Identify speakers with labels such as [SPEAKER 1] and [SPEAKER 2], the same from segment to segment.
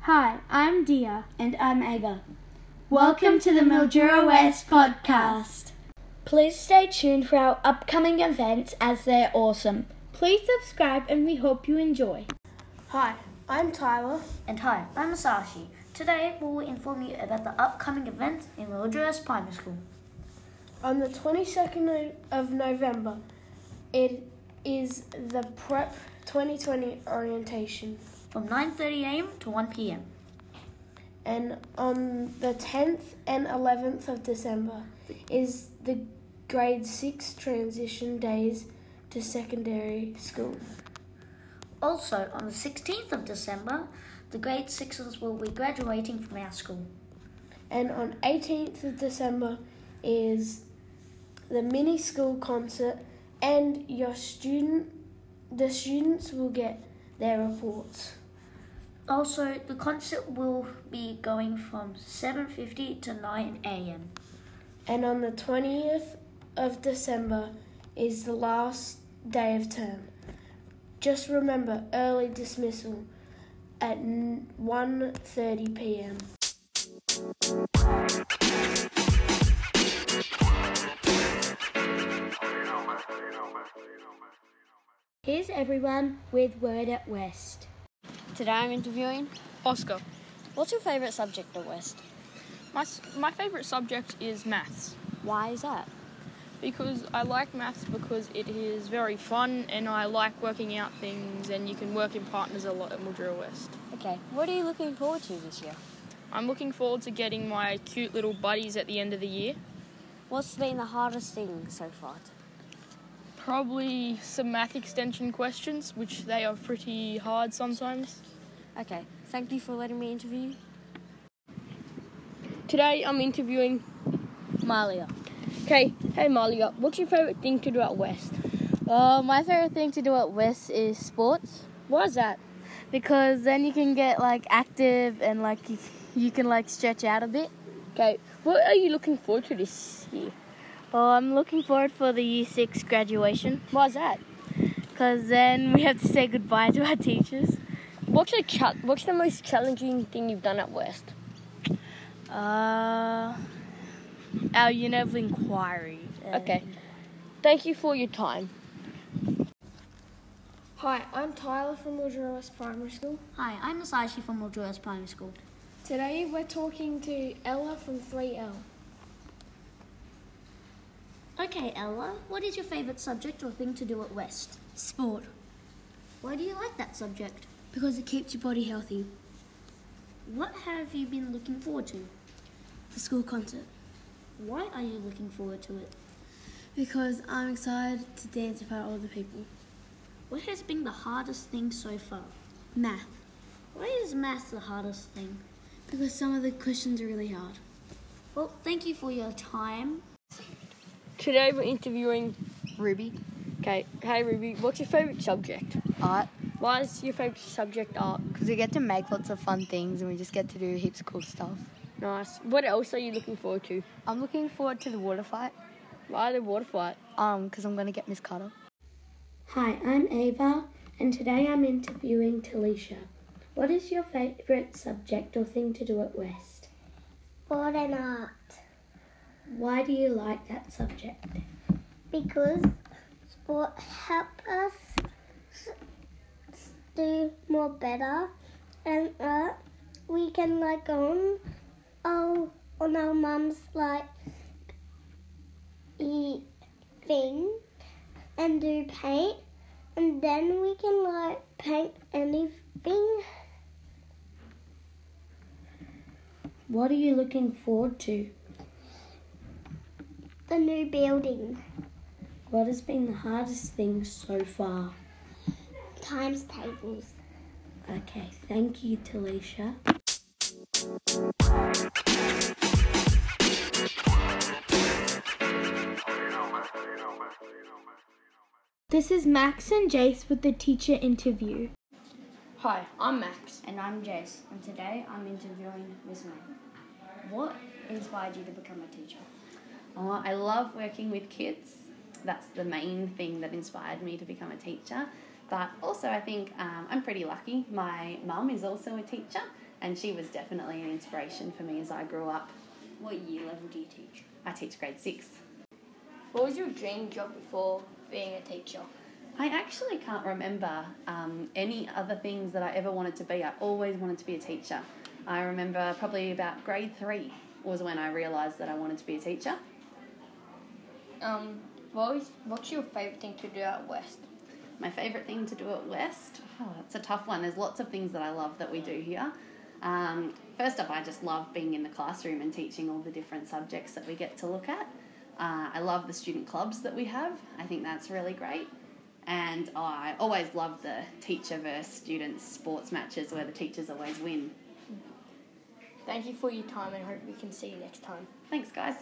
[SPEAKER 1] Hi, I'm Dia.
[SPEAKER 2] And I'm Aga.
[SPEAKER 1] Welcome to the Mildura West podcast.
[SPEAKER 2] Please stay tuned for our upcoming events as they're awesome.
[SPEAKER 1] Please subscribe and we hope you enjoy. Hi, I'm Tyler.
[SPEAKER 3] And hi, I'm Masashi. Today we will inform you about the upcoming events in Mildura Primary School.
[SPEAKER 1] On the 22nd of November, it is the Prep 2020 orientation.
[SPEAKER 3] From 9:30 a.m. to 1 p.m.
[SPEAKER 1] And on the 10th and 11th of December is the grade 6 transition days to secondary school.
[SPEAKER 3] Also, on the 16th of December, the grade 6s will be graduating from our school.
[SPEAKER 1] And on 18th of December is the mini school concert and your student the students will get their reports.
[SPEAKER 3] Also, the concert will be going from 7:50 to 9 a.m.
[SPEAKER 1] And on the 20th of December is the last day of term. Just remember early dismissal at 1:30 p.m.
[SPEAKER 2] Here's everyone with Word at West.
[SPEAKER 4] Today I'm interviewing.
[SPEAKER 5] Oscar.
[SPEAKER 4] What's your favourite subject at West?
[SPEAKER 5] My, s- my favourite subject is maths
[SPEAKER 4] Why is that?
[SPEAKER 5] because I like maths because it is very fun and I like working out things and you can work in partners a lot at Mildura West.
[SPEAKER 4] Okay, what are you looking forward to this year?
[SPEAKER 5] I'm looking forward to getting my cute little buddies at the end of the year.
[SPEAKER 4] What's been the hardest thing so far?
[SPEAKER 5] Probably some math extension questions, which they are pretty hard sometimes.
[SPEAKER 4] Okay, thank you for letting me interview.
[SPEAKER 6] Today I'm interviewing.
[SPEAKER 4] Malia.
[SPEAKER 6] Okay, hey Malia, what's your favourite thing to do at West?
[SPEAKER 7] Uh, my favorite thing to do at West is sports
[SPEAKER 6] Why's that?
[SPEAKER 7] because then you can get like active and like you, you can like stretch out a bit.
[SPEAKER 6] Okay, what are you looking forward to this year?
[SPEAKER 7] Oh, I'm looking forward for the Year Six graduation
[SPEAKER 6] Why's that?
[SPEAKER 7] because then we have to say goodbye to our teachers.
[SPEAKER 6] What's the cha- What's the most challenging thing you've done at West?
[SPEAKER 7] Uh, our UNEV inquiry.
[SPEAKER 6] Okay, thank you for your time.
[SPEAKER 1] Hi, I'm Tyler from Mildura West Primary School.
[SPEAKER 3] Hi, I'm Masashi from Mildura Primary School.
[SPEAKER 1] Today we're talking to Ella from 3L.
[SPEAKER 3] Okay, Ella, what is your favourite subject or thing to do at West?
[SPEAKER 8] Sport,
[SPEAKER 3] Why do you like that subject?
[SPEAKER 8] because it keeps your body healthy.
[SPEAKER 3] What have you been looking forward to?
[SPEAKER 8] The school concert,
[SPEAKER 3] Why are you looking forward to it?
[SPEAKER 8] because I'm excited to dance in front of all the people.
[SPEAKER 3] What has been the hardest thing so far?
[SPEAKER 8] Math,
[SPEAKER 3] Why is math the hardest thing?
[SPEAKER 8] because some of the questions are really hard.
[SPEAKER 3] Well, thank you for your time.
[SPEAKER 6] Today we're interviewing.
[SPEAKER 7] Ruby,
[SPEAKER 6] Okay, hey Ruby, what's your favourite subject?
[SPEAKER 7] art,
[SPEAKER 6] Why is your favourite subject art?
[SPEAKER 7] because we get to make lots of fun things and we just get to do heaps of cool stuff.
[SPEAKER 6] Nice. What else are you looking forward to?
[SPEAKER 7] I'm looking forward to the water fight,
[SPEAKER 6] Why the water fight?
[SPEAKER 7] um, because I'm gonna get Miss Carter.
[SPEAKER 9] Hi, I'm Ava, and today I'm interviewing Talisha. What is your favourite subject or thing to do at West?
[SPEAKER 10] Sport and art
[SPEAKER 9] Why do you like that subject?
[SPEAKER 10] because sport help us s- do more better and uh, we can like go on oh on our mum's like e- thing and do paint and then we can like paint anything
[SPEAKER 9] What are you looking forward to?
[SPEAKER 10] the new building
[SPEAKER 9] What has been the hardest thing so far?
[SPEAKER 10] times tables
[SPEAKER 9] Okay, thank you, Talisha.
[SPEAKER 1] This is Max and Jace with the teacher interview.
[SPEAKER 6] Hi, I'm Max.
[SPEAKER 2] And I'm Jace, and today I'm interviewing Miss May.
[SPEAKER 3] What
[SPEAKER 2] Inspired you to become a teacher?
[SPEAKER 11] Oh, I love working with kids. That's the main thing that inspired me to become a teacher. But also, I think um, I'm pretty lucky. My mum is also a teacher, and she was definitely an inspiration for me as I grew up.
[SPEAKER 12] What year level do you teach?
[SPEAKER 11] I teach grade six.
[SPEAKER 12] What was your dream job before being a teacher?
[SPEAKER 11] I actually can't remember um, any other things that I ever wanted to be. I always wanted to be a teacher. I remember probably about grade three was when I realised that I wanted to be a teacher.
[SPEAKER 12] Um, what is, what's your favourite thing to do at West?
[SPEAKER 11] My favourite thing to do at West? Oh, that's a tough one. There's lots of things that I love that we do here. Um, first up, I just love being in the classroom and teaching all the different subjects that we get to look at. Uh, I love the student clubs that we have. I think that's really great. And oh, I always love the teacher versus students sports matches where the teachers always win.
[SPEAKER 12] Thank you for your time and hope we can see you next time.
[SPEAKER 11] Thanks, guys.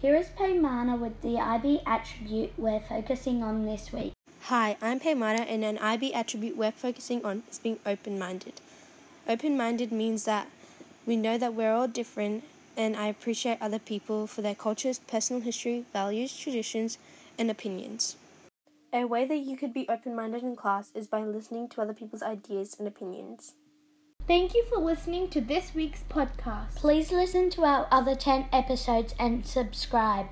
[SPEAKER 2] Here is Paymana with the IB attribute we're focusing on this week.
[SPEAKER 13] Hi, I'm Paymana, and an IB attribute we're focusing on is being open minded. Open minded means that we know that we're all different, and I appreciate other people for their cultures, personal history, values, traditions, and opinions.
[SPEAKER 14] A way that you could be open minded in class is by listening to other people's ideas and opinions.
[SPEAKER 15] Thank you for listening to this week's podcast.
[SPEAKER 2] Please listen to our other 10 episodes and subscribe.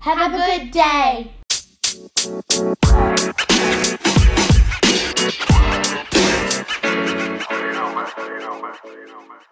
[SPEAKER 2] Have, Have a, a, good, day. day.